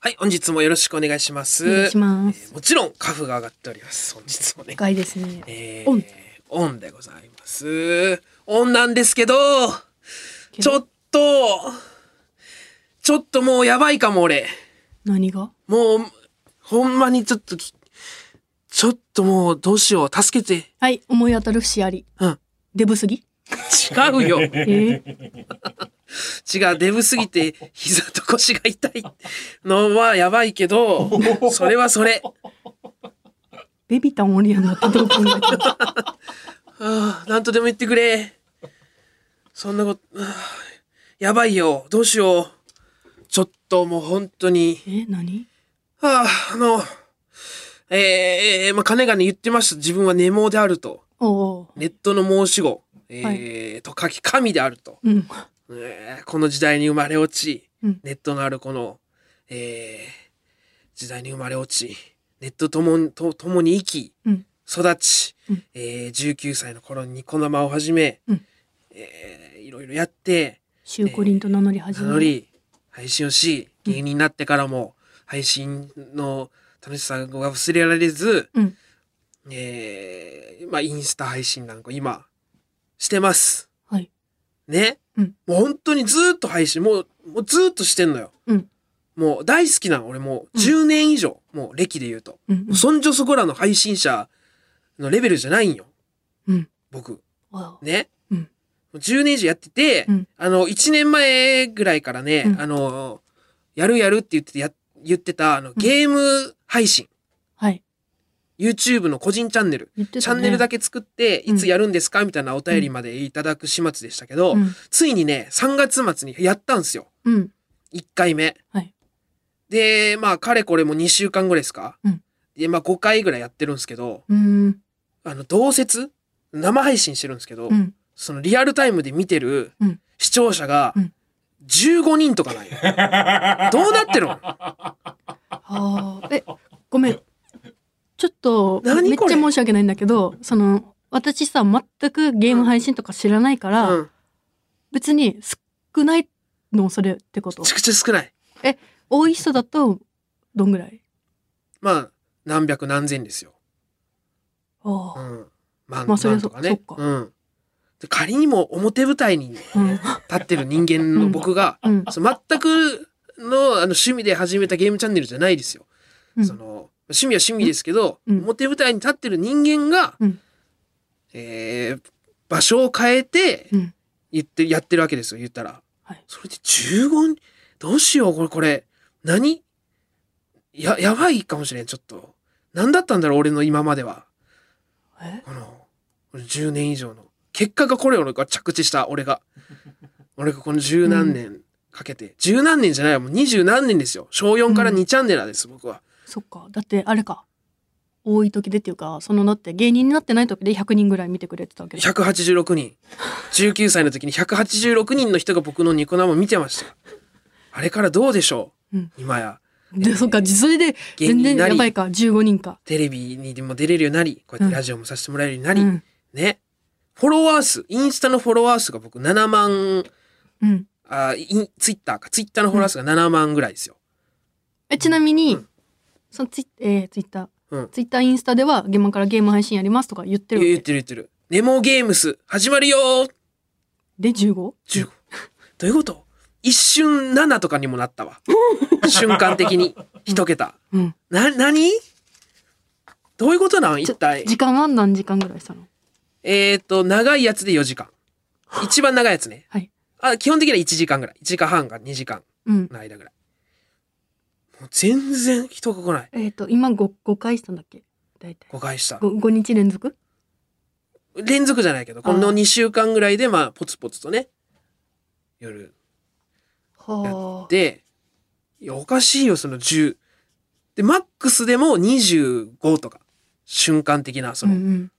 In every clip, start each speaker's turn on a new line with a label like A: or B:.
A: はい、本日もよろしくお願いします。
B: お願いします
A: えーもちろん、カフが上がっております。本日もね。
B: 深いですね。
A: え
B: オン
A: オンでございます。オンなんですけど、ちょっと、ちょっともうやばいかも、俺。
B: 何が
A: もう、ほんまにちょっとき、ちょっともうどうしよう、助けて。
B: はい、思い当たる節あり。
A: うん。
B: デブすぎ
A: 違 うよ。
B: えー、
A: 違う、デブすぎて膝と腰が痛いのはやばいけど、それはそれ。
B: ベビタンおりやんなってどう考えても
A: ああ、なんとでも言ってくれ。そんなこと、ああやばいよ。どうしよう。ちょっともう本当に。
B: えー、何
A: ああ、あの、えーえーまあ、金がね言ってました。自分は寝毛であると。
B: おお
A: ネットの申し子、えーと書き神であると。
B: ー。うん。
A: えーこの時代に生まれ落ち、
B: うん
A: ネットのあるこの、えー時代に生まれ落ち、ネットともにと共に生き、
B: うん。
A: 育ち、
B: うん
A: えー19歳の頃にニコ生を始め、
B: うん
A: えーいろいろやって
B: シューコリンと名乗り始
A: 名
B: め
A: 乗り配信をし芸人になってからも配信の楽しさが忘れられず、
B: うん。
A: えーまあ、インスタ配信なんか今してます。
B: はい。
A: ね、
B: うん
A: もう本当にずーっと配信もうもうずーっとしてんのよ。
B: うん
A: もう大好きなの俺もう
B: うん
A: 10年以上、もう歴で言うと、
B: うん
A: もう。そんじょそこらの配信者のレベルじゃないんよ
B: うん。
A: 僕。
B: わお
A: ね。
B: うん
A: もう10年以上やってて、
B: うん
A: あの、1年前ぐらいからね、
B: うん
A: あの、やるやるって言っててや、言ってた、あの、ゲーム配信、
B: はい。
A: YouTube の個人チャンネル、
B: 言ってた、ね。
A: チャンネルだけ作って、
B: うん
A: いつやるんですかみたいなお便りまでいただく始末でしたけど、
B: うん。
A: ついにね、3月末にやったんですよ。
B: うん。
A: 1回目。
B: はい
A: で、まあ、かれこれも2週間ぐらいですか、
B: うん
A: で、まあ、5回ぐらいやってるんですけど、
B: うーん。
A: あの、同説生配信してるんですけど、
B: うん。
A: そのリアルタイムで見てる
B: うん
A: 視聴者が
B: うん
A: 15人とか なんよ。どうなってるの
B: ああ。え、ごめん。ちょっと、
A: 何
B: めっち
A: こ
B: ゃ
A: れ
B: 申し訳ないんだけど、その、私さ、全くゲーム配信とか知らないから、
A: うん。
B: 別に少ないの、それってこと
A: めちゃくちゃ少ない。
B: 多い人だとどんぐらい
A: まあ、何百何千ですよ。
B: あ
A: う
B: あ、
A: ん。万、
B: まあそりゃ
A: 万
B: そ
A: とかね。
B: そっか
A: うん。で仮にも表舞台に立
B: うん
A: ってる人間の僕が、
B: うん
A: その全くのあの趣味で始めたゲームチャンネルじゃないですよ。
B: うん
A: その趣味は趣味ですけど、
B: うん
A: 表舞台に立ってる人間が、
B: うん
A: えー場所を変えて、
B: うん
A: 言ってやってるわけですよ言ったら、
B: はい
A: それで15人どうしようこれこれ何ややばいかもしれんちょっと何だったんだろう俺の今までは
B: え
A: このこの10年以上の結果がこれ俺が着地した俺が 俺がこの十何年かけて、十何年じゃないよもう二十何年ですよ小4から2チャンネルです、僕は
B: そっかだってあれか多い時でっていうかそのだって芸人になってない時で100人ぐらい見てくれてたわけで
A: 186人19歳の時に186人の人が僕のニコ生を見てましたあれからどうでしょう、
B: うん
A: 今や
B: でそっかそれで
A: 芸人
B: 全
A: に
B: 然
A: なり
B: やばいか15人か、
A: テレビにでも出れるようになりこうやってラジオもさせてもらえるようにな
B: う
A: り、
B: ん
A: ねフォロワー数インスタのフォロワー数が僕7万
B: うん、
A: あインツイッターかツイッターのフォロワー数が7万ぐらいですよ、
B: えちなみに、
A: うん
B: そのツイ,、えー、ツイッター
A: うん、
B: ツイッターインスタでは「現場からゲーム配信やります」とか言ってるわ
A: 言っ
B: け
A: てる言ってるネモゲームス始まるよー
B: で 15?
A: 15どういうこと一瞬7とかにもなっ たわ瞬間的に一桁
B: うん
A: な、何どういうことなん一体。
B: 時間は何時間ぐらいしたの
A: えっ、と、長いやつで4時間。一番長いやつね。
B: はい
A: あ、基本的には1時間ぐらい。1時間半か2時間
B: うん
A: の間ぐらい。もう全然人が来ない。
B: えっ、と今 5, 5回したんだっけ大体
A: 誤解した。
B: 5, 5日連続
A: 連続じゃないけど、こ
B: あ
A: の
B: ー
A: 2週間ぐらいで、まあ、ポツポツとね、夜
B: はあ
A: で、いや、おかしいよ、その10。で、マックスでも25とか。瞬間的な、そ
B: うんう
A: の、
B: ん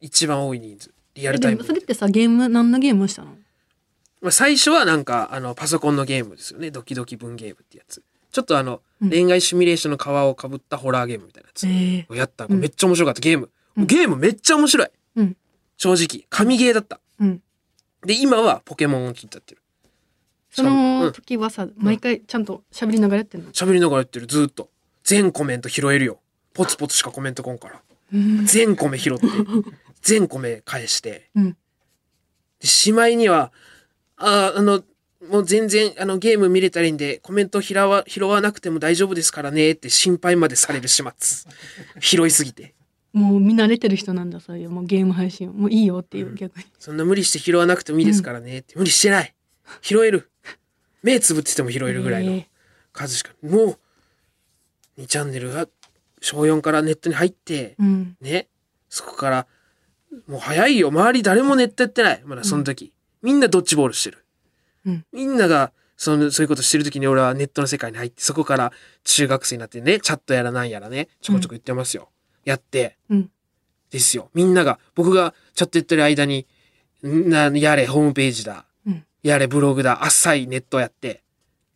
A: 一番多い人数。リア
B: え
A: ルタイム
B: でも
A: で
B: それってさゲーム何のゲームしたの
A: まあ、最初はなんかあのパソコンのゲームですよねドキドキ文ゲームってやつちょっとあの、
B: うん
A: 恋愛シミュレーションの皮をかぶったホラーゲームみたいなやつ、
B: え
A: やった
B: うん
A: めっちゃ面白かったゲーム、
B: うん
A: ゲームめっちゃ面白い、
B: うん
A: 正直神ゲーだった
B: うん
A: で今はポケモンを切っちゃってる
B: その時はさ、毎回ちゃんと喋りながらやってんの、
A: 喋りながらやってるずーっと全コメント拾えるよポツポツしかコメントこんから
B: うん
A: 全コメ拾 って全コメ返して
B: うん
A: でしまいにはあーあのもう全然あのゲーム見れたらいいんでコメント拾わ拾わなくても大丈夫ですからねって心配までされる始末 拾いすぎて
B: もう見慣れてる人なんだそういうもうゲーム配信をもういいよっていう、
A: うん
B: 逆に
A: そんな無理して拾わなくてもいいですからねって、無理してない拾える目つぶってても拾えるぐらいの
B: え
A: 数しか、もう2チャンネルが小4からネットに入って
B: えうん
A: ねそこからもう早いよ周り誰もネットやってないまだその時、みんなドッジボールしてる、
B: うん
A: みんながそのそういうことしてる時に俺はネットの世界に入ってそこから中学生になってねチャットやらなんやらねちょこちょこ言ってますよ、やって
B: うん
A: ですよみんなが僕がチャットやってる間にんなやれホームページだ、
B: うん
A: やれブログだ浅いネットやって、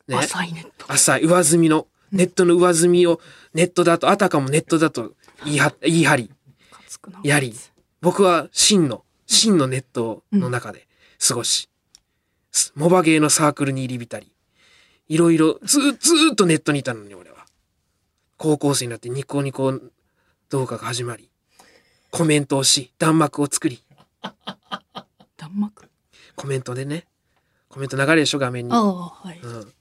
A: ね、
B: 浅いネット
A: 浅い上積みのネットの上積みをネットだとあたかもネットだと言いは言い張り
B: かつくな
A: やり僕は真の真のネットの中で過ごし、すモバゲーのサークルに入り浸りいろいろずずーっとネットにいたのに俺は高校生になってニコニコ動画が始まりコメントをし弾幕を作り
B: 弾幕
A: コメントでねコメント流れるでしょ画面に
B: あ、あはい、
A: うん、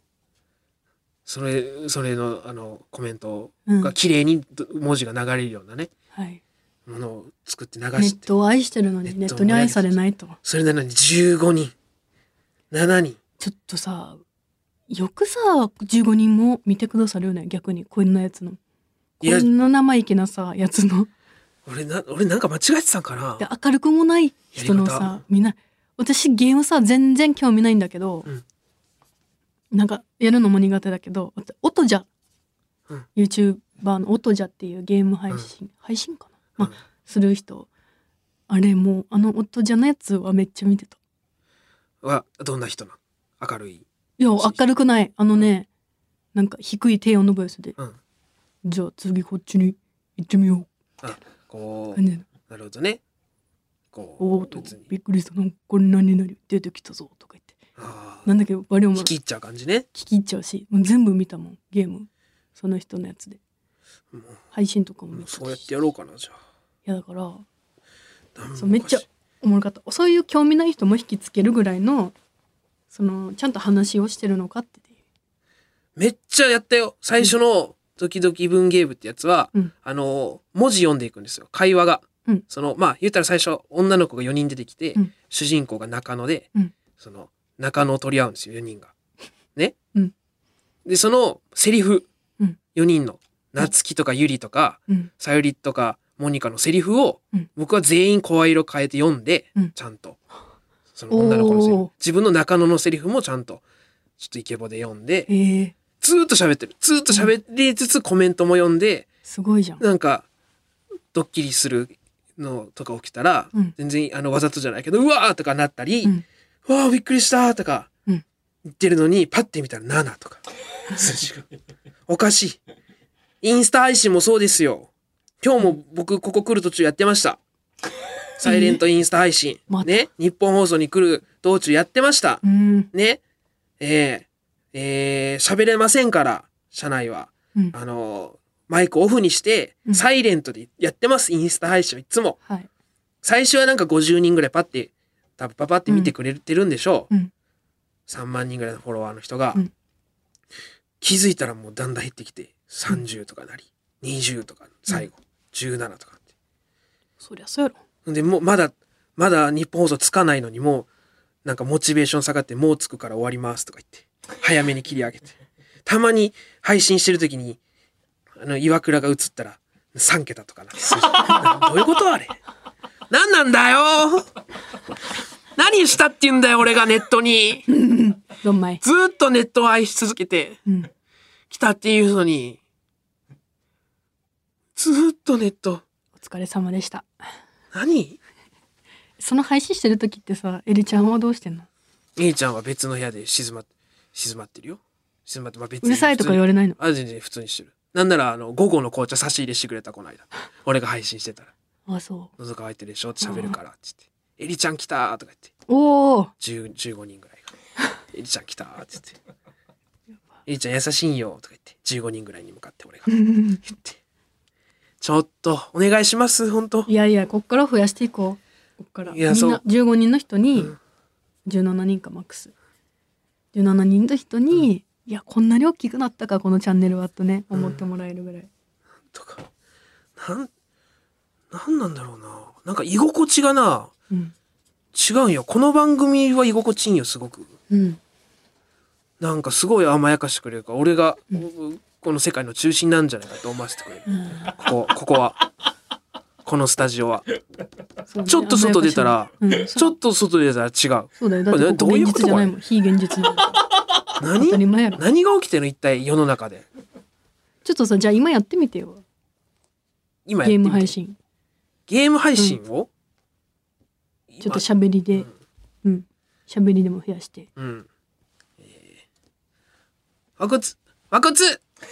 A: それそれのあのコメント
B: うん
A: が綺麗にど文字が流れるようなね
B: はい、
A: ものを作って流
B: ネ
A: し
B: ッ
A: て
B: トを愛してるのに
A: ネ
B: ネ
A: ットを
B: ットに愛されないと
A: それなのに15人7人
B: ちょっとさよくさ15人も見てくださるよね逆にこんなやつの
A: いや
B: こんな生意気なさやつの
A: 俺な俺なんか間違えてたんかな
B: で明るくもない人の
A: やり方
B: さみんな私ゲームさ全然興味ないんだけど、
A: うん
B: なんかやるのも苦手だけど私音じゃ、
A: うん
B: YouTuber の音じゃっていうゲーム配信、配信かな、まあ
A: うん
B: する人あれもうあの音じゃのやつはめっちゃ見てた
A: はどんな人なの明るい
B: いや明るくないあのねなんか低い低音のボイスで
A: うん
B: 「じゃあ次こっちに行ってみよ
A: こ
B: う」
A: う
B: ね
A: なるほどねこう
B: おおと
A: 別に
B: びっくりしたなんかこんなになり出てきたぞ」とか言って
A: あー
B: なんだっけ我々も
A: 引き入っちゃう感じね
B: 聞き入っちゃうしもう全部見たもんゲームその人のやつで
A: も
B: 配信とかも
A: うも
B: 見
A: う
B: たし
A: そうやってやろうかなじゃ
B: いやだから
A: あなんも
B: そうめっちゃおもろかったそういう興味ない人も引きつけるぐらいのそのちゃんと話をしてるのかっていう
A: めっちゃやったよ最初の「ドキドキ文芸部」ってやつは、
B: うん
A: あの文字読んでいくんですよ会話が、
B: うん
A: そのまあ言ったら最初女の子が4人出てきて、
B: うん
A: 主人公が中野で、
B: うん
A: その中野を取り合うんですよ4人が。ね、
B: うん
A: でそのセリフ、
B: うん
A: 4人の夏希とかゆりとか
B: うん
A: さゆりとかモニカのセリフを、
B: うん
A: 僕は全員声色変えて読んで、
B: うん
A: ちゃんとその女の子のセリ
B: お
A: フ
B: ー
A: 自分の中野のセリフもちゃんとちょっとイケボで読んで。
B: ええ
A: ずーっと喋ってる。ずーっと喋りつつコメントも読んで、
B: すごいじゃん
A: なんか、ドッキリするのとか起きたら、
B: うん
A: 全然、あの、わざとじゃないけど、うわーとかなったり、
B: うん
A: うわーびっくりしたーとか、
B: うん
A: 言ってるのに、パッて見たら7とか。 数字がおかしい。インスタ配信もそうですよ。今日も僕、ここ来る途中やってま した。サイレントインスタ配信。
B: また
A: ね。日本放送に来る道中やってました。
B: うん
A: ね、えー、えー喋れませんから、社内は。
B: うん
A: あの、マイクオフにして
B: う、ん
A: サイレントでやってます、インスタ配信をいつも。
B: はい
A: 最初はなんか50人ぐらいパッて、多分パパって見てくれてるんでしょう。
B: うん
A: 3万人ぐらいのフォロワーの人が、
B: うん
A: 気づいたらもうだんだん減ってきて、30とかなり、20とか、最後、17とかって。
B: そりゃそうやろ
A: でもうまだまだ日本放送つかないのにもうなんかモチベーション下がって「もうつくから終わります」とか言って早めに切り上げてたまに配信してる時にあの岩倉が映ったら3桁とかな数字どういうことあれ何なんだよ何したって言うんだよ俺がネットに
B: どんまい
A: ずーっとネットを愛し続けて
B: うん
A: きたっていうのにずーっとネット
B: お疲れ様でした
A: 何
B: その配信してる時ってさエリちゃんはどうしてんの
A: 姉ちゃんは別の部屋で静ま静まってるよ静まって、まあ、別
B: うるさいとか言わ
A: れ
B: れないの
A: あ全然普通にしてるなんならあの午後の紅茶差し入れしてくれたこの間俺が配信してたら
B: あそ
A: 「喉乾いて るでしょ」って喋るからって言って「エリちゃん来た」とか言って
B: うおお
A: 10 15人ぐらいがエリちゃん来た」って言って「エリちゃん優しいんよ」とか言って15人ぐらいに向かって 俺が言って「ちょっとお願いします本当
B: いやいやこっから増やしていこうこっから
A: いや
B: みん
A: そう
B: な15人の人に17人かマックス17人の人に、いやこんなに大きくなったかこのチャンネルはとね思ってもらえるぐらい、
A: とかなんなんなんだろうななんか居心地がな
B: うん
A: 違うんよこの番組は居心地いいんよすごく
B: うん
A: なんかすごい甘やかしてくれるから俺がこの世界の中心なんじゃないかと思わせてくれる、ここここはこのスタジオは
B: そうね
A: ちょっと外出たら
B: 甘やかしいうん
A: ちょっと外出たら違う
B: そうだよだっ
A: こ
B: てここ
A: れ
B: 現
A: どういうこと
B: 実じゃないもん非現実なんだから当たり
A: 何
B: 前やろ
A: 何が起きてるの一体世の中で
B: ちょっとさじゃあ今やってみてよ
A: 今やって
B: ゲー
A: み
B: ム
A: て
B: 配信
A: ゲーム配信を、
B: ちょっと喋りでうん喋、りでも増やして
A: うん。えー、和骨、和骨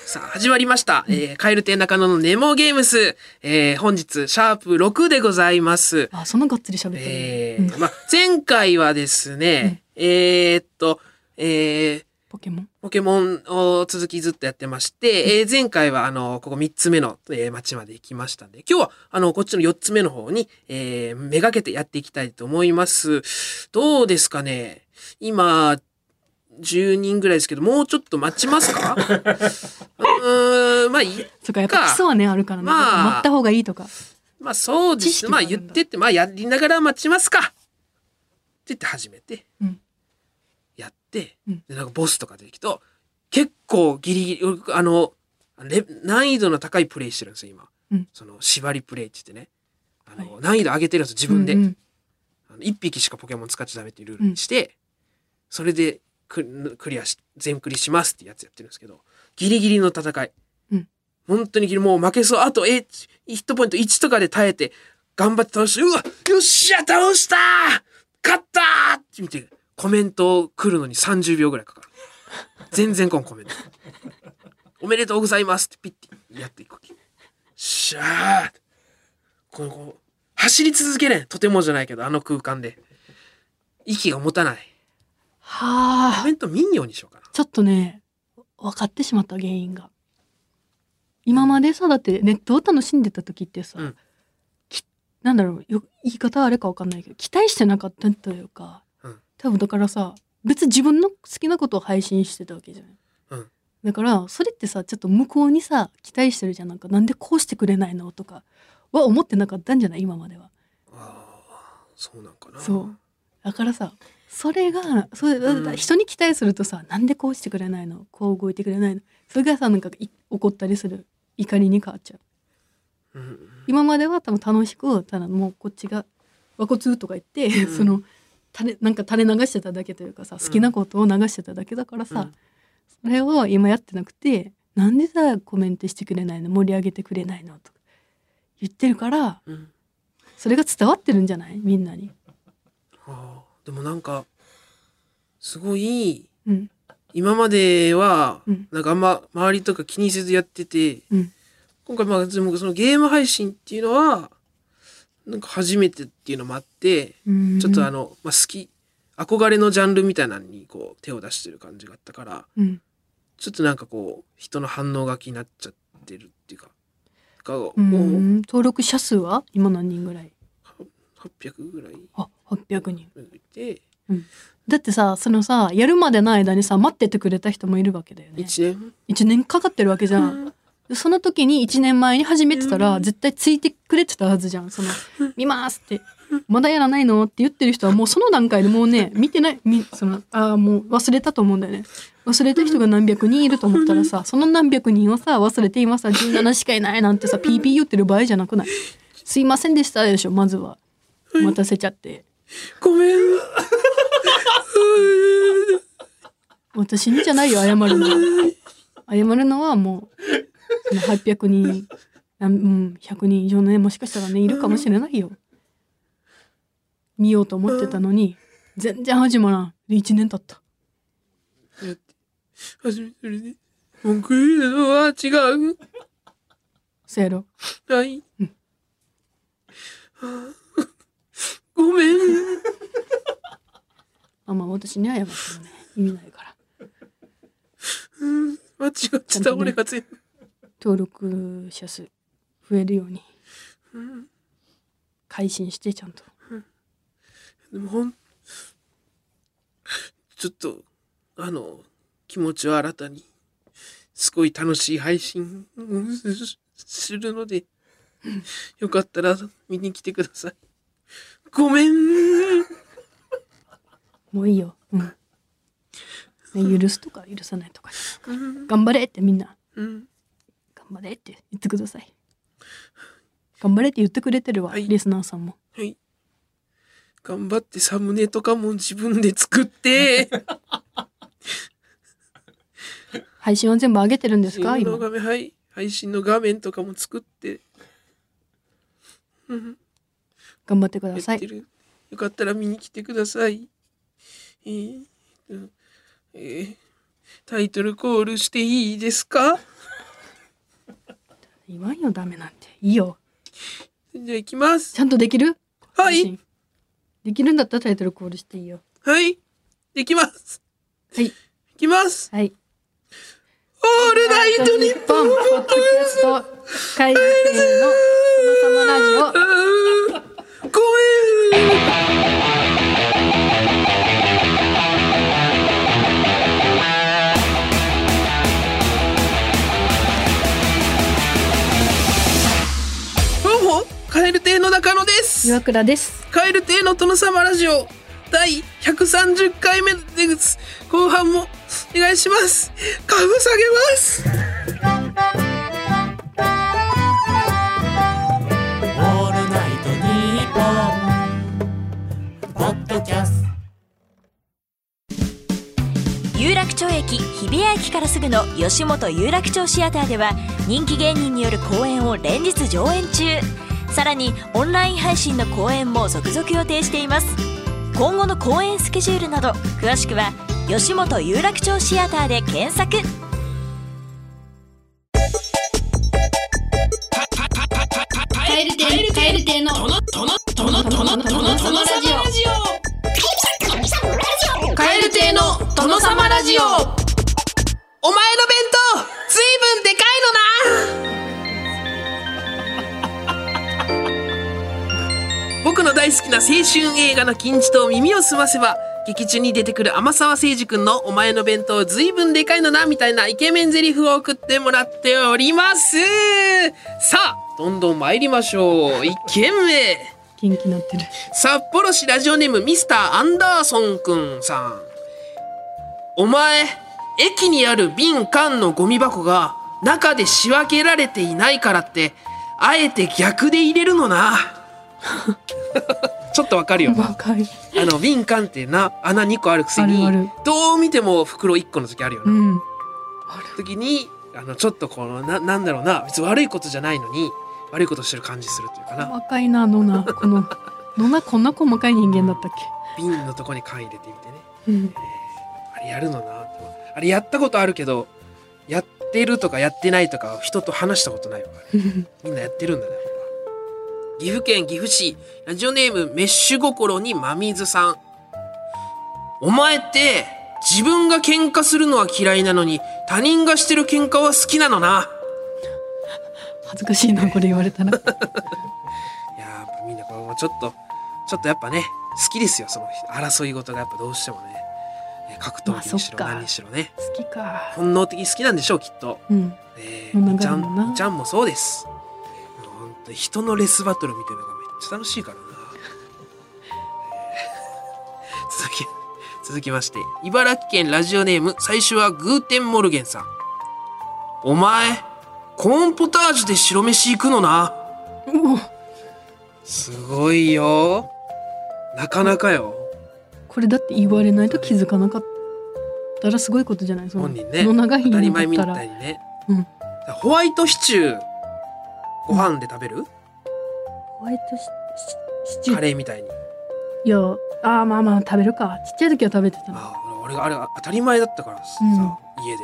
A: さあ、始まりました。えー、カエル亭中野のネモゲームス。えー、本日、シャープ6でございます。
B: あそんながっつり喋ってる、
A: え
B: うん
A: ー、まあ、前回はですね、えーっと、えー、
B: ポケモン
A: ポケモンを続きずっとやってまして、えー前回はあの、ここ3つ目の、えー町まで行きましたんで、今日はあの、こっちの4つ目の方に、えーめがけてやっていきたいと思います。どうですかね今、10人ぐらいですけど、もうちょっと待ちます かうーん、まあ、い
B: そっかやっぱ基礎はねあるからね、
A: まあ
B: 待った方がいいとか
A: まあそうで
B: 知識
A: す。
B: が
A: ま
B: あ
A: あ
B: るんだ
A: 言ってって、まあやりながら待ちますかって言って始めて、
B: うん
A: やって、
B: うん
A: でなんかボスとか出てきと、結構ギリギリ、あの、レ難易度の高いプレイしてるんですよ、今。
B: うん
A: その、縛りプレイって言ってね。あの、
B: は
A: 難易度上げてるんですよ、自分で。
B: うんうん
A: あの1匹しかポケモン使っちゃダメっていうルールにして、それでククリアし全クリしますってやつやってるんですけどギリギリの戦い、
B: うん
A: 本当にギリもう負けそうあとえヒットポイント1とかで耐えて頑張って倒してうわよっしゃ倒したー勝ったーって見てコメント来るのに30秒ぐらいかかる全然こんコメント おめでとうございますってピッてやっていくわけしゃーこのこう走り続けれんとてもじゃないけどあの空間で息が持たないコ
B: はあ
A: メント見んようにしようか
B: ちょっとね分かってしまった原因が今までさだってネットを楽しんでた時ってさ、
A: うん
B: きなんだろうよ言い方あれか分かんないけど期待してなかったというか、
A: うん
B: 多分だからさ別に自分の好きなことを配信してたわけじゃない。
A: うん
B: だからそれってさちょっと向こうにさ期待してるじゃんなんかなんでこうしてくれないのとかは思ってなかったんじゃない今までは。
A: なあーそうなんかな
B: そうだからさそれがそれだ
A: うん
B: だ人に期待するとさ、なんでこうしてくれないのこう動いてくれないのそれがさなんかい怒ったりする怒りに変わっちゃう
A: うん、
B: 今までは多分楽しくただもうこっちが「和骨」とか言って、
A: うん
B: その垂れなんか垂れ流してただけというかさ好きなことを流してただけだからさ、
A: うん
B: それを今やってなくてなんでさコメントしてくれないの盛り上げてくれないのとか言ってるから
A: うんうん
B: それが伝わってるんじゃないみんなに。
A: あーでもなんかすごい
B: うん
A: 今までは
B: うん
A: なんかあんま周りとか気にせずやってて、
B: うん
A: 今回まあでもそのゲーム配信っていうのはなんか初めてっていうのもあって
B: うん
A: ちょっとあの、まあ、好き憧れのジャンルみたいなのにこう手を出してる感じがあったから
B: うん
A: ちょっとなんかこう人の反応が気になっちゃってるっていうかがこ
B: う、
A: うん
B: 登録者数は今何人ぐらい
A: 800ぐらい
B: あ800人
A: いて
B: だってさそのさやるまでの間にさ待っててくれた人もいるわけだよね
A: 1年
B: 1年かかってるわけじゃんでその時に1年前に始めてたら
A: うん
B: 絶対ついてくれてたはずじゃんその「見ます」って「まだやらないの?」って言ってる 人はもうその段階でもうね見てないみそのあーもう忘れたと思うんだよね忘れた人が何百人いると思ったらさその何百人はさ忘れていました17しかいないなんてさ PP 言ってる場合じゃなくないすいませんでしたでしょまずは待たせちゃって
A: ごめん
B: 私にじゃないよ謝るのは謝るのはもうその800人なんうん100人以上ねもしかしたらねいるかもしれないよ見ようと思ってたのに全然始まらんで1年経った
A: だって初めてそれで文句言うのは違う
B: せやろ
A: ない、
B: うん
A: はあごめん
B: あまあ私には謝ってもね意味ないから
A: 間違ってた俺が全部
B: 登録者数増えるように
A: うん
B: 改心してちゃんと
A: でもほんちょっとあの気持ちを新たにすごい楽しい配信 うんすするのでよかったら見に来てくださいごめん
B: もういいよ、うんね、許すとか許さないとか頑張れってみんな
A: うん
B: 頑張れって言ってください頑張れって言ってくれてるわ、
A: はい
B: リスナーさんも
A: はい頑張ってサムネとかも自分で作って
B: 配信は全部上げてるんですか
A: 配信の
B: 今
A: 画面はい配信の画面とかも作ってうん
B: 頑張ってくだ
A: や
B: さ
A: って
B: い
A: る。よかったら見に来てください。えーうんえータイトルコールしていいですか
B: 言わんよダメなんていいよ
A: じゃあ行きます
B: ち。ゃんとできる
A: は
B: 配
A: い。
B: 信できるんだったらタイトルコールしていいよ
A: はい。できます。
B: はい
A: 行きます。
B: はい
A: オールナイトニ
B: 日
A: ッ
B: 本ポッドキャスト会議制の殿様ラジオ
A: ポン公演どうも、カエル亭の中野です。
B: 岩倉です
A: カエル亭の殿様ラジオ第130回目です。後半もお願いします。株下げます。
C: オールナイトニッポン」ポッドキャスト
D: 有楽町駅日比谷駅からすぐの吉本有楽町シアターでは人気芸人による公演を連日上演中さらにオンライン配信の公演も続々予定しています今後の公演スケジュールなど詳しくは吉本有楽町シアターで検索
A: カエル亭の殿様ラジオお前の弁当ずいぶんでかいのな 僕の大好きな青春映画の金字と耳を澄ませば劇中に出てくる天沢誠司君の「お前の弁当ずいぶんでかいのな」みたいなイケメンゼリフを送ってもらっておりますさあどんどん参りましょう1軒目
B: 元気になってる
A: 札幌市ラジオネームミスターアンダーソンくんさんお前駅にある瓶缶のゴミ箱が中で仕分けられていないからってあえて逆で入れるのなちょっとわかるよな
B: 若い
A: あの瓶缶ってな穴2個あるくせに
B: あるある
A: どう見ても袋1個の時あるよ
B: う
A: な、
B: ん
A: 時にあのちょっとこのななんだろうな別に悪いことじゃないのに悪いことしてる感じするというかな
B: 若いなノナこのノナこんな細かい人間だったっ
A: 瓶のとこに缶入れてみてね
B: けうん
A: あれやるのなって思うあれやったことあるけどやってるとかやってないとか人と話したことないわあれみんなやってるんだね岐阜県岐阜市ラジオネームメッシュ心にまみずさんお前って自分が喧嘩するのは嫌いなのに他人がしてる喧嘩は好きなのな
B: 恥ずかしいなこれ言われたら
A: いやーやっぱみんなこれもちょっとちょっとやっぱね好きですよその争い事がやっぱどうしてもねえ格闘技にしろ
B: まあそっか
A: 何にしろね
B: 好きか
A: 本能的に好きなんでしょうきっと
B: うん
A: え
B: もう
A: ー、ジ
B: 長
A: ャ
B: いもんな
A: ンジャンもそうですほんと人のレスバトルみたいなのがめっちゃ楽しいからな、 えー続き続きまして茨城県ラジオネーム最初はグーテンモルゲンさんお前コーンポタージュで白飯行くのな
B: うお
A: すごいよなかなかよ
B: これだって言われないと気づかなかったらすごいことじゃないその
A: 本人ね
B: ノナがいい
A: 当たり
B: のだ
A: 前
B: っ
A: み
B: た
A: た
B: ら
A: いにね、
B: うん
A: ホワイトシチューご飯で食べる、
B: ホワイトシシシチュ
A: カ
B: ー
A: レーみたいに
B: いやあーまあまあ食べるかちっちゃい時は食べてたの
A: ああ俺があれ当たり前だったからさ、
B: うん
A: 家で、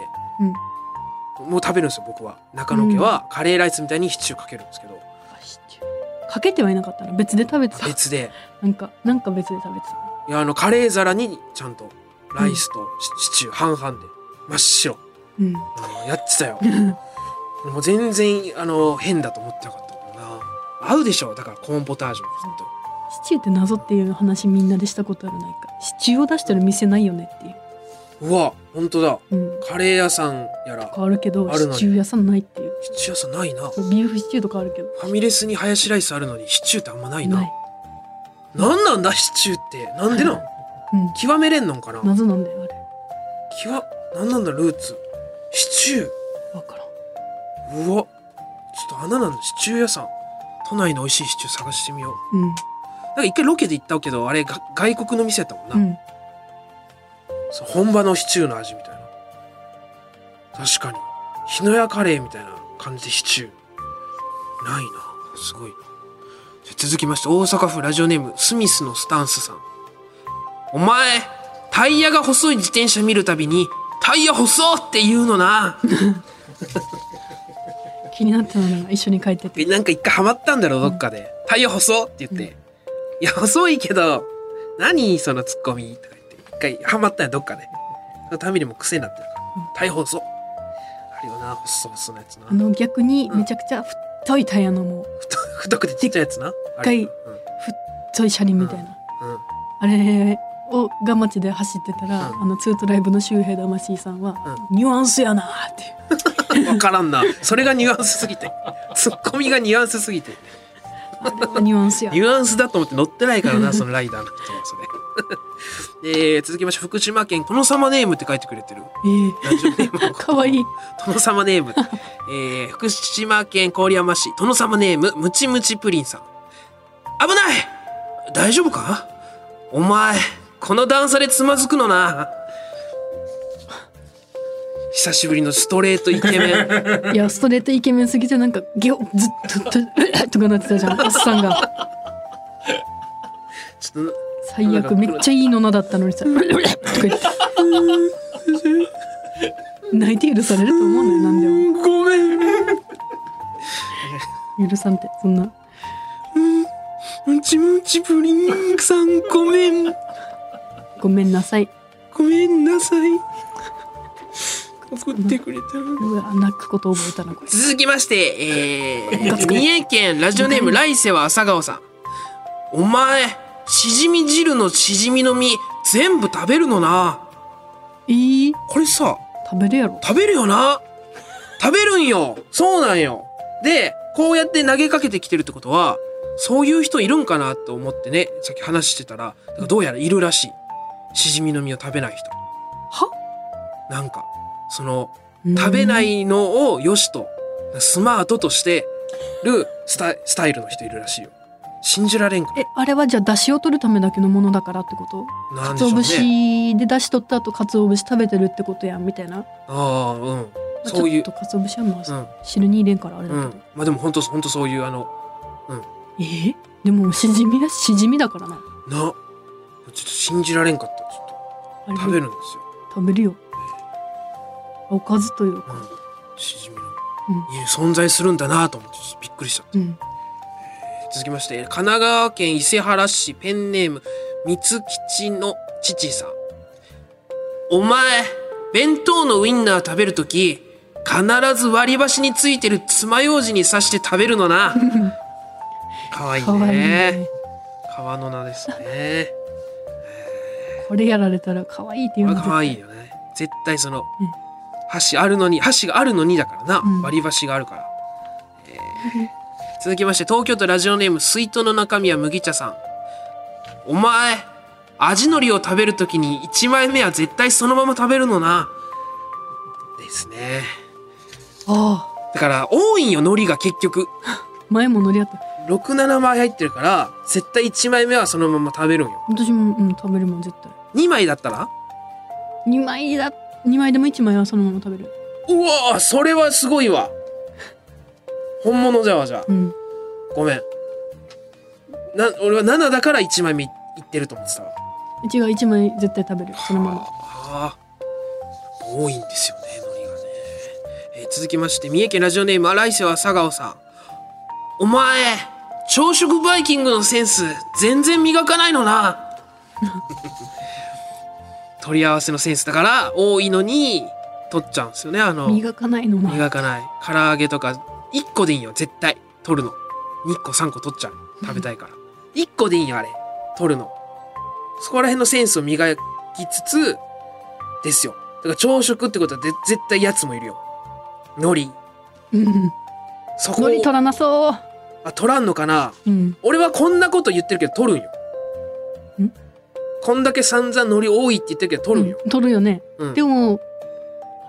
A: もう食べるんですよ僕は中野家はカレーライスみたいにシチューかけるんですけど、
B: あシチューかけてはいなかったの別で食べてた
A: 別で
B: なんかなんか別で食べてた
A: いやあのカレー皿にちゃんとライスとシシチュー半々で真っ白、
B: うん
A: うんやって たよもう全然あの変だと思ってなかったもんな合うでしょだからコーンポタージュもきっと
B: シチューって謎っていう話みんなでしたことあるないかシチューを出してる店ないよねっていう
A: うわ本当だ
B: うん
A: カレー屋さんやら
B: 変わるけど
A: あるのに
B: シチュー屋さんないっていう
A: シチュー屋さんないなフ
B: ビーフシチューとかあるけど
A: ァミレスにハヤシライスあるのにシチューってあんまないな
B: ない、
A: なんなんだシチューってなんでなん
B: うん、
A: 極めれんのんかな
B: 謎なんだよあれ
A: 極なんなんだルーツシチュー
B: わからん
A: うわちょっと穴なんだシチュー屋さん都内の美味しいシチュー探してみようなんか一回ロケで行ったけどあれが外国の店やったもんな、
B: うんうん
A: その本場のシチューの味みたいな確かに日野屋カレーみたいな感じでシチューないなすごいなじゃあ続きまして大阪府ラジオネームスミスのスタンスさんお前タイヤが細い自転車見るたびにタイヤ細っって言うのな
B: 気になってたのが一緒に帰ってて
A: なんか一回ハマったんだろうどっかでタイヤ細っって言って、いや細いけど何そのツッコミとか言って一回ハマったんやどっかでそのためにも癖になってるから、タイヤ細っあるよな細細のやつな
B: あの逆にめちゃくちゃ太いタイヤのもう
A: 太太くてちっちゃいやつな。
B: っかい
A: あれ
B: 太い車輪みたいな
A: うんうん
B: あれをが街で走ってたら、
A: うん
B: あのツートライブの周平魂さんは、ニュアンスやなーっていう
A: うん、わからんな。それがニュアンスすぎて。ツッコミがニュアンスすぎて。
B: あれはニュアンスや
A: ニュアンスだと思って乗ってない からな、そのライダーの人はそれ。 えー、続きまして、福島県、殿様ネームって書いてくれてる。
B: ええ
A: ラジオネームのこと
B: かわいい
A: 殿様ネー ム。えー、福島県郡山市、殿様ネーム、ムチムチプリンさん。危ない大丈夫かお前、この段差でつまずくのな。久しぶりのストレートイケメン。
B: いやストレートイケメンすぎてなんかゲオずっとととかなってたじゃんおっさんが
A: ちょっと
B: 最悪めっちゃいいのなだったのにさとか言って泣いて許されると思うのよ何でも
A: ごめん
B: 許さんってそんな
A: ムチムチプリンさんごめん
B: ごめんなさい
A: ごめんなさ い送ってくれた
B: うわ泣くこと覚えたなこれ
A: 続きまして、えー、三重県ラジオネーム来世は朝顔さんお前しじみ汁のしじみの実全部食べるのな
B: えー、
A: これさ
B: 食べるやろ
A: 食べるよな食べるんよそうなんよでこうやって投げかけてきてるってことはそういう人いるんかなと思ってねさっき話してたらだからどうやらいるらしいしじみの実を食べない人
B: は
A: なんかその食べないのを良しとスマートとしてるスタスタイルの人いるらしいよ信じられんか
B: えあれはじゃあ出汁を取るためだけのものだからってこと
A: なんでしょ
B: 鰹
A: うね
B: 節で出汁取った後鰹節食べてるってことやんみたいな
A: ああうんそういう
B: ちょっと鰹節はも
A: う
B: う
A: ん
B: 汁に入れんからあれだ
A: う
B: け
A: ん
B: ど、
A: まあでも本当本当そういうあの
B: えーでもしじみだしじみだからな
A: なちょっと信じられんかったちょっと
B: あれ
A: 食べるんですよ
B: 食べるよおかずというか
A: うん、しじみの、
B: う
A: いや存在するんだなと思ってちょっとびっくりした
B: うん
A: 続きまして神奈川県伊勢原市ペンネーム三つ吉の父さんお前弁当のウインナー食べるとき必ず割り箸についてる爪楊枝に刺して食べるのな かわいい
B: かわいいね
A: ね川の名ですね
B: これやられたら可愛いって言う
A: これ
B: の
A: 可愛いよね絶対その、
B: うん
A: 箸あるのに箸があるのにだからな、
B: ん
A: 割り箸があるから、えー続きまして東京都ラジオネーム水筒の中身は麦茶さんお前味のりを食べるときに1枚目は絶対そのまま食べるのなですね
B: ああ
A: だから多いんよ海苔が結局
B: 前も乗り合った
A: 67枚入ってるから絶対1枚目はそのまま食べるんよ
B: 私も、うん、食べるもん絶対
A: 2枚だったら
B: 2枚だ2枚でも1枚はそのまま食べる
A: うわーそれはすごいわ本物じゃわじゃあ
B: うん
A: ごめん。な、俺は7だから1枚目いってると思ってたわ。
B: うちが1枚絶対食べるそのまま
A: ああ。多いんですよね、海苔がね。えー続きまして、三重県ラジオネーム、荒井瀬は佐川さん。お前、朝食バイ キングのセンス、全然磨かないのな。取り合わせのセンスだから多いのに取っちゃうんですよねあの
B: 磨かないのな
A: 磨かない唐揚げとか1個でいいよ絶対取るの2個3個取っちゃう食べた いから1個でいいよあれ取るのそこら辺のセンスを磨きつつですよだから朝食ってことはで絶対やつもいるよ海苔
B: うん
A: そこを
B: 海苔取らなそ
A: あ取らんのかな
B: ううん
A: 俺はこんなこと言ってるけど取るんよ
B: ん
A: こんだけ散々海苔多いって言ってるけど取るんよ、
B: うん取るよね
A: うん
B: でも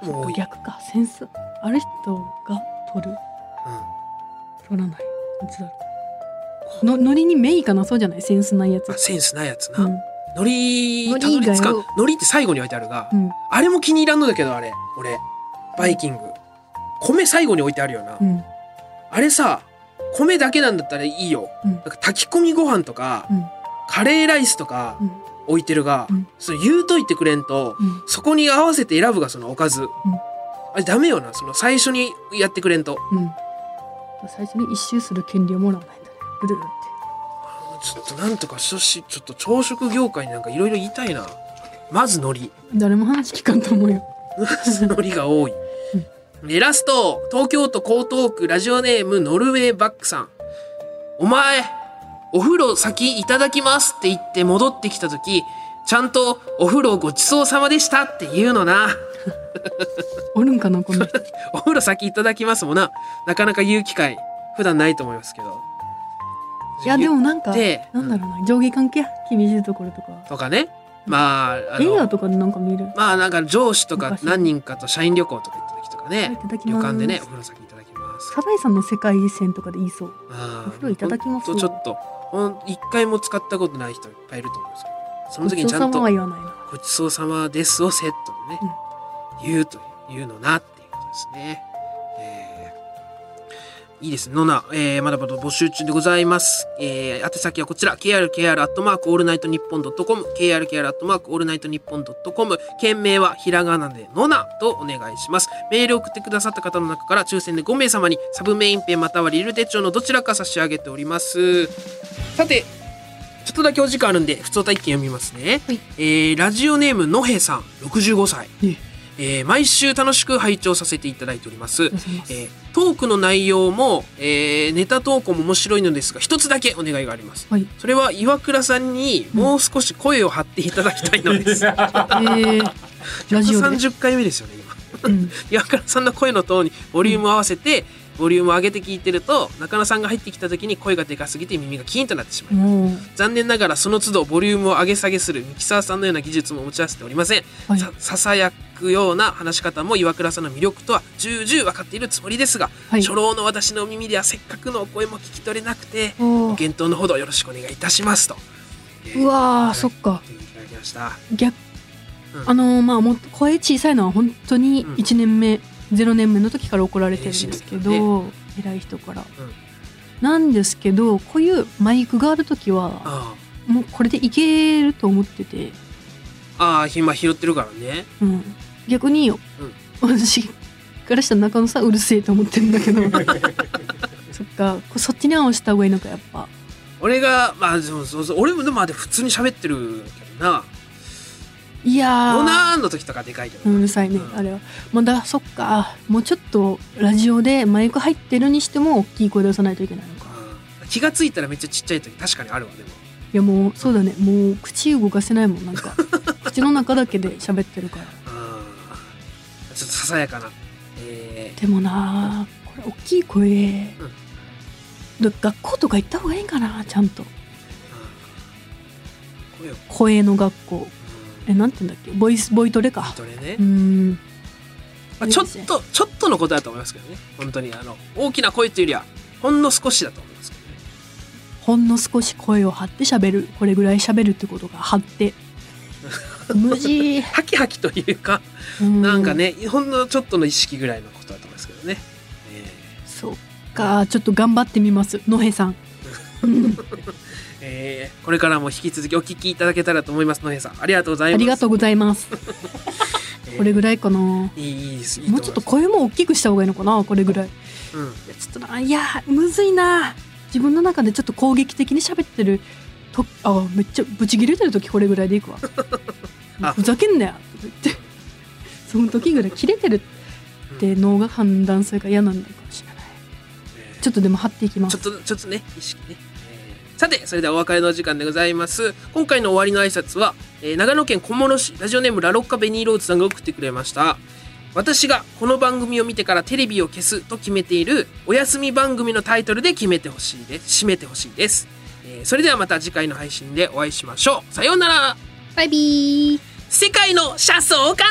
A: もう多い、
B: 逆かセンスある人が取る
A: うん
B: 取らないどっちだろうのノリにメイかなそうじゃないセンスないやつ
A: あセンスないやつな、
B: うん
A: 海苔
B: 海
A: たど
B: 苔以
A: り着
B: 外
A: かん
B: を
A: 海苔って最後に置いてあるが、
B: うん
A: あれも気に入らんのだけどあれ俺バイキング米最後に置いてあるよな、
B: うん
A: あれさ米だけなんだったらいいよ、
B: うん
A: なんか炊き込みご飯とか、
B: うん
A: カレーライスとか
B: うん
A: 置いてるが、
B: うん
A: それ言うといてくれんと、
B: うん
A: そこに合わせて選ぶがそのおかず、あれダメよなその最初にやってくれんと
B: うん最初に一周する権利をもらわないんだねぐるぐるって
A: ちょっとなんとかしとしちょっと朝食業界になんかいろいろ言いたいなまず海苔
B: 誰も話聞かんと思うよ
A: ノリが多い。えラスト、東京都江東区ラジオネームノルウェーバックさん。お前、お風呂先いただきますって言って戻ってきたとき、ちゃんとお風呂ごちそうさまでしたって言うのな。
B: おるんかなこの人
A: お風呂先いただきますもな。なかなか言う機会、普段ないと思いますけど。
B: いやでもなんか
A: で
B: なんだろうな上下関係厳しいところとか
A: とかね。まあ、あ
B: 映画
A: の、
B: とかでなんか見る
A: まあなんか上司とか何人かと社員旅行とか行った時とかね
B: いただき
A: 旅
B: ます
A: 館でねお風呂先いただきます
B: サザエさんの世界線とかで言いそう
A: あー
B: お風呂いただきます
A: ほんとちょっとほん一回も使ったことない人いっぱいいると思うんですけどその時
B: ご
A: に
B: ちそう
A: ちゃ
B: さ
A: んと
B: まは言わないな
A: 「ごちそうさまです」をセットでね、言うという言うのなっていうことですね。えーいいですね。のな、えーまだまだ募集中でございます。えー宛先はこちら、krkr アットマークオールナイトニッポンドットコム、krkr アットマークオールナイトニッポンドットコム、件名はひらがなでのなとお願いします。メールを送ってくださった方の中から抽選で5名様にサブメインペンまたはリル手帳のどちらか差し上げております。さて、ちょっとだけお時間あるんで、普通体験読みますね。
B: はい
A: えーラジオネームのへさん、65歳。
B: ええ
A: えー毎週楽しく拝聴させていただいております。え
B: りがとうござい
A: ートークの内容も、えーネタ投稿も面白いのですが、一つだけお願いがあります。
B: はい
A: それは岩倉さんにもう少し声を張っていただきたいのです。
B: えー、ラジオで、
A: 130回目ですよね、今。
B: うん、
A: 岩倉さんの声のトーンにボリュームを合わせて、ボリュームを上げて聞いてると中野さんが入ってきた時に声がでかすぎて耳がキーンとなってしまいます
B: もう
A: 残念ながらその都度ボリュームを上げ下げするミキサーさんのような技術も持ち合わせておりません、
B: はい
A: さささやくような話し方も岩倉さんの魅力とは重々分かっているつもりですが、
B: はい
A: 初老の私の耳ではせっかくのお声も聞き取れなくて
B: お
A: ご
B: ー
A: 検討のほどよろしくお願いいたしますと
B: うわーそっか
A: いただきました
B: 逆
A: うん
B: あのーまあもっと声小さいのは本当に
A: うん
B: 1年目、0年目の時から怒られてるんですけど、
A: ええ
B: 偉い人から、なんですけどこういうマイクがある時は
A: あ
B: もうこれでいけると思ってて、
A: あああ今拾ってるからね
B: うん、逆に、私からしたら中野さんうるせえと思ってるんだけどそっかこうそっちに合わせた方がいいのかやっぱ
A: 俺がまあそうそうそう俺もでもまあでも普通に喋ってるけどない
B: やー
A: ロナーンの時とかでかいけど、
B: うるさいね、
A: うん
B: あれはまだそっかもうちょっとラジオでマイク入ってるにしても大きい声出さないといけないのか
A: うん気がついたらめっちゃちっちゃい時確かにあるわでも
B: いやもうそうだねもう口動かせないもんなんか口の中だけで喋ってるから
A: あーちょっとささやかな、え
B: でもなあこれ大きい声で、で学校とか行った方がいいんかなちゃんと
A: ー、うん声を、
B: 声の学校
A: う
B: えなんて言うんだっけボイスボイトレか
A: ん、それね
B: う、ん
A: まあ、ちょっとちょっとのことだと思いますけどね本当にあの大きな声というよりはほんの少しだと思いますけどね
B: ほんの少し声を張って喋るこれぐらい喋るってことが張って 無事
A: ハキハキというか、なんかねほんのちょっとの意識ぐらいのことだと思いますけどね、
B: そっかちょっと頑張ってみます野辺さん
A: えーえーこれからも引き続きお聞きいただけたらと思いますのへさんありがとうござい
B: あ
A: ます
B: りがとうございます
A: えー
B: これぐらいかなも
A: いいいいですいいう思い
B: ちょっ
A: ます
B: と声も大きくした方がいいのかなこれぐらいい
A: うん
B: やちょっとないやむずいな自分の中でちょっと 攻撃的に喋ってるとあめっちゃブチ切れてる時これぐらいでいくわ
A: あ
B: ふざけんなよって言ってその時ぐらい切れてるって脳が判断するから嫌なんだかもしれない
A: えー
B: ちょっとでも張っていきま
A: ち
B: す
A: ょっとちょっとね意識ね、えーさてそれではお別れのお時間でございます今回の終わりの挨拶は、えー長野県小諸市ラジオネームラロッカベニーローズさんが送ってくれました私がこの番組を見てからテレビを消すと決めているお休み番組のタイトルで決めてほしいです締めてほしいです、えーそれではまた次回の配信でお会いしましょうさようなら
B: バイビー
A: 世界の車窓から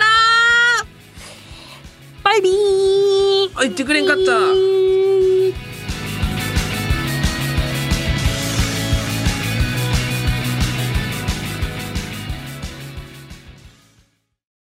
B: バイビー
A: あ言ってくれんかった